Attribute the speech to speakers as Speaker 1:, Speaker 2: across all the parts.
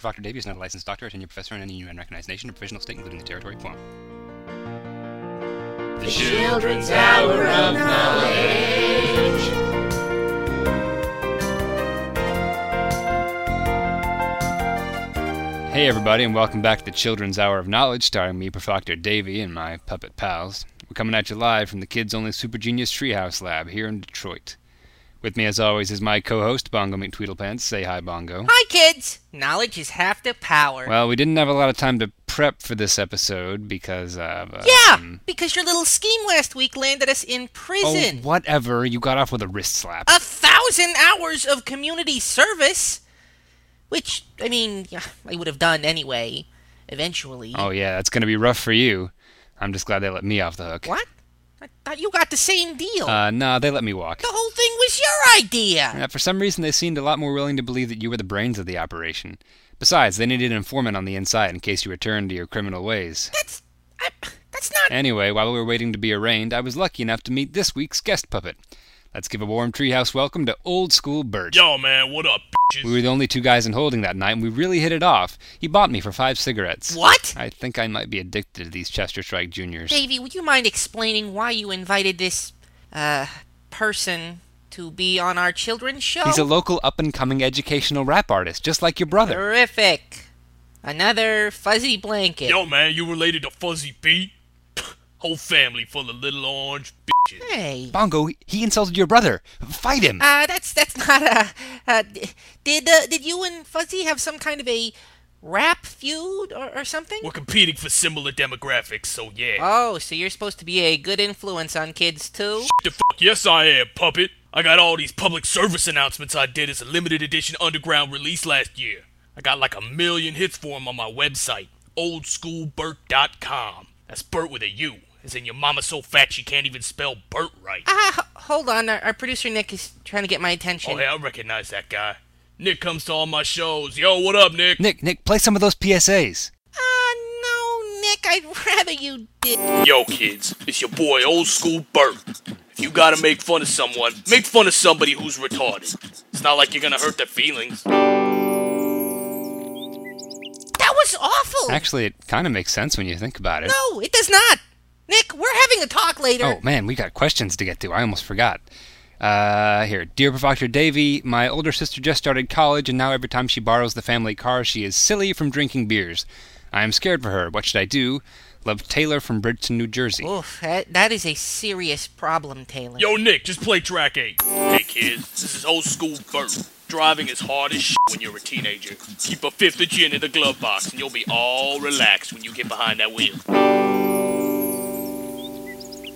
Speaker 1: Dr. Davy is not a licensed doctor, a tenure professor in any UN recognized nation or provisional state, including the territory of Guam. The
Speaker 2: Children's Hour of Knowledge.
Speaker 1: Hey, everybody, and welcome back to the Children's Hour of Knowledge, starring me, Prof. Dr. Davy, and my puppet pals. We're coming at you live from the Kids Only Super Genius Treehouse Lab here in Detroit. With me, as always, is my co host, Bongo McTweedlepants. Say hi, Bongo.
Speaker 3: Hi, kids! Knowledge is half the power.
Speaker 1: Well, we didn't have a lot of time to prep for this episode because of. Uh,
Speaker 3: yeah,
Speaker 1: um,
Speaker 3: because your little scheme last week landed us in
Speaker 1: oh,
Speaker 3: prison.
Speaker 1: whatever. You got off with a wrist slap.
Speaker 3: A thousand hours of community service! Which, I mean, yeah, I would have done anyway, eventually.
Speaker 1: Oh, yeah, that's going to be rough for you. I'm just glad they let me off the hook.
Speaker 3: What? I thought you got the same deal.
Speaker 1: Uh, no, they let me walk.
Speaker 3: the whole thing was your idea!
Speaker 1: Uh, for some reason, they seemed a lot more willing to believe that you were the brains of the operation. Besides, they needed an informant on the inside in case you returned to your criminal ways.
Speaker 3: That's. I, that's not.
Speaker 1: Anyway, while we were waiting to be arraigned, I was lucky enough to meet this week's guest puppet. Let's give a warm treehouse welcome to Old School Bert.
Speaker 4: Yo, man, what up,
Speaker 1: We
Speaker 4: bitches?
Speaker 1: were the only two guys in holding that night, and we really hit it off. He bought me for five cigarettes.
Speaker 3: What?
Speaker 1: I think I might be addicted to these Chester Strike Juniors.
Speaker 3: Davy, would you mind explaining why you invited this, uh, person to be on our children's show?
Speaker 1: He's a local up and coming educational rap artist, just like your brother.
Speaker 3: Terrific. Another fuzzy blanket.
Speaker 4: Yo, man, you related to Fuzzy B? Whole family full of little orange bitches.
Speaker 3: Hey.
Speaker 1: Bongo, he insulted your brother. Fight him.
Speaker 3: Uh, that's that's not a. Uh, d- did uh, did you and Fuzzy have some kind of a rap feud or, or something?
Speaker 4: We're competing for similar demographics, so yeah.
Speaker 3: Oh, so you're supposed to be a good influence on kids too?
Speaker 4: Shit the fuck, yes I am, puppet. I got all these public service announcements I did as a limited edition underground release last year. I got like a million hits for 'em on my website, oldschoolburt.com. That's Burt with a U, as in your mama so fat she can't even spell Burt right.
Speaker 3: Ah, h- hold on. Our, our producer Nick is trying to get my attention.
Speaker 4: Oh, hey, I recognize that guy. Nick comes to all my shows. Yo, what up, Nick?
Speaker 1: Nick, Nick, play some of those PSAs.
Speaker 3: Ah, no, Nick. I'd rather you did.
Speaker 4: Yo, kids, it's your boy, old school Bert. If you gotta make fun of someone, make fun of somebody who's retarded. It's not like you're gonna hurt their feelings.
Speaker 3: That was awful.
Speaker 1: Actually, it kind of makes sense when you think about it.
Speaker 3: no, it does not. Nick, we're having a talk later.
Speaker 1: Oh man, we got questions to get to. I almost forgot. Uh, here, dear Professor Davy, my older sister just started college, and now every time she borrows the family car, she is silly from drinking beers. I am scared for her. What should I do? Love Taylor from Bridgeton, New Jersey.
Speaker 3: Oof, that, that is a serious problem, Taylor.
Speaker 4: Yo, Nick, just play track 8. Hey, kids, this is old school Bert. Driving is hard as shit when you're a teenager. Keep a fifth of gin in the glove box, and you'll be all relaxed when you get behind that wheel.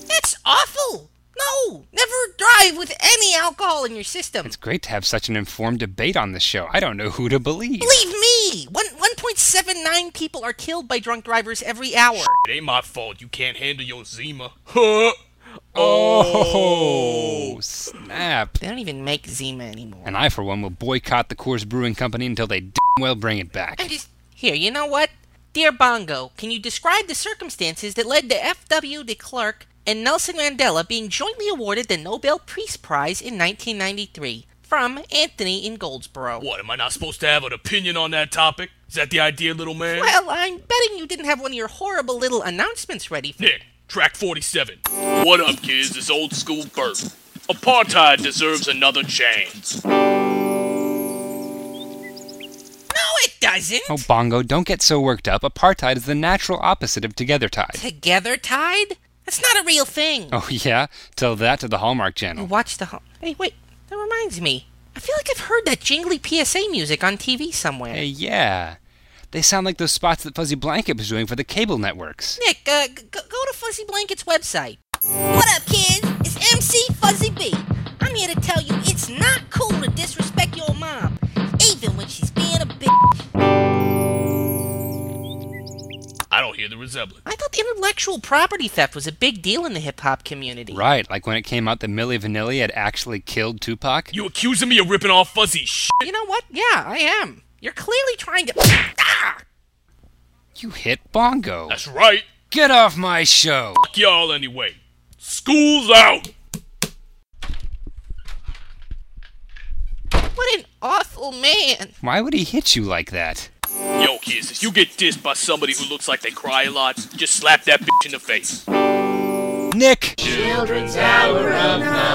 Speaker 3: That's awful. No, never drive with any alcohol in your system.
Speaker 1: It's great to have such an informed debate on this show. I don't know who to believe.
Speaker 3: Believe me, one one point seven nine people are killed by drunk drivers every hour.
Speaker 4: It ain't my fault you can't handle your Zima. Huh? Oh.
Speaker 1: Oh snap!
Speaker 3: They don't even make Zima anymore.
Speaker 1: And I, for one, will boycott the Coors Brewing Company until they d- well bring it back.
Speaker 3: I'm just here. You know what, dear Bongo? Can you describe the circumstances that led to F.W. de Klerk and Nelson Mandela being jointly awarded the Nobel Peace Prize in 1993 from Anthony in Goldsboro?
Speaker 4: What, am I not supposed to have an opinion on that topic? Is that the idea, little man?
Speaker 3: Well, I'm betting you didn't have one of your horrible little announcements ready for
Speaker 4: Nick, track 47. What up, kids? It's old school Bert. Apartheid deserves another chance.
Speaker 3: No, it doesn't.
Speaker 1: Oh, Bongo, don't get so worked up. Apartheid is the natural opposite of together tide.
Speaker 3: Together tied? That's not a real thing.
Speaker 1: Oh, yeah? Tell that to the Hallmark Channel.
Speaker 3: Watch the. Ho- hey, wait. That reminds me. I feel like I've heard that jingly PSA music on TV somewhere.
Speaker 1: Hey, yeah. They sound like those spots that Fuzzy Blanket was doing for the cable networks.
Speaker 3: Nick, uh, g- go to Fuzzy Blanket's website.
Speaker 2: What up, kids? It's MC Fuzzy B. I'm here to tell you it's not cool to disrespect your mom, even when she's being a bitch.
Speaker 4: I don't hear the resemblance.
Speaker 3: I thought intellectual property theft was a big deal in the hip hop community.
Speaker 1: Right, like when it came out that Millie Vanilli had actually killed Tupac?
Speaker 4: You accusing me of ripping off fuzzy shit?
Speaker 3: You know what? Yeah, I am. You're clearly trying to. Ah!
Speaker 1: You hit Bongo.
Speaker 4: That's right.
Speaker 1: Get off my show!
Speaker 4: Fuck y'all anyway. School's out.
Speaker 3: What an awful man.
Speaker 1: Why would he hit you like that?
Speaker 4: Yo, kids, if you get dissed by somebody who looks like they cry a lot, just slap that bitch in the face.
Speaker 1: Nick!
Speaker 5: Children's Hour of Nine.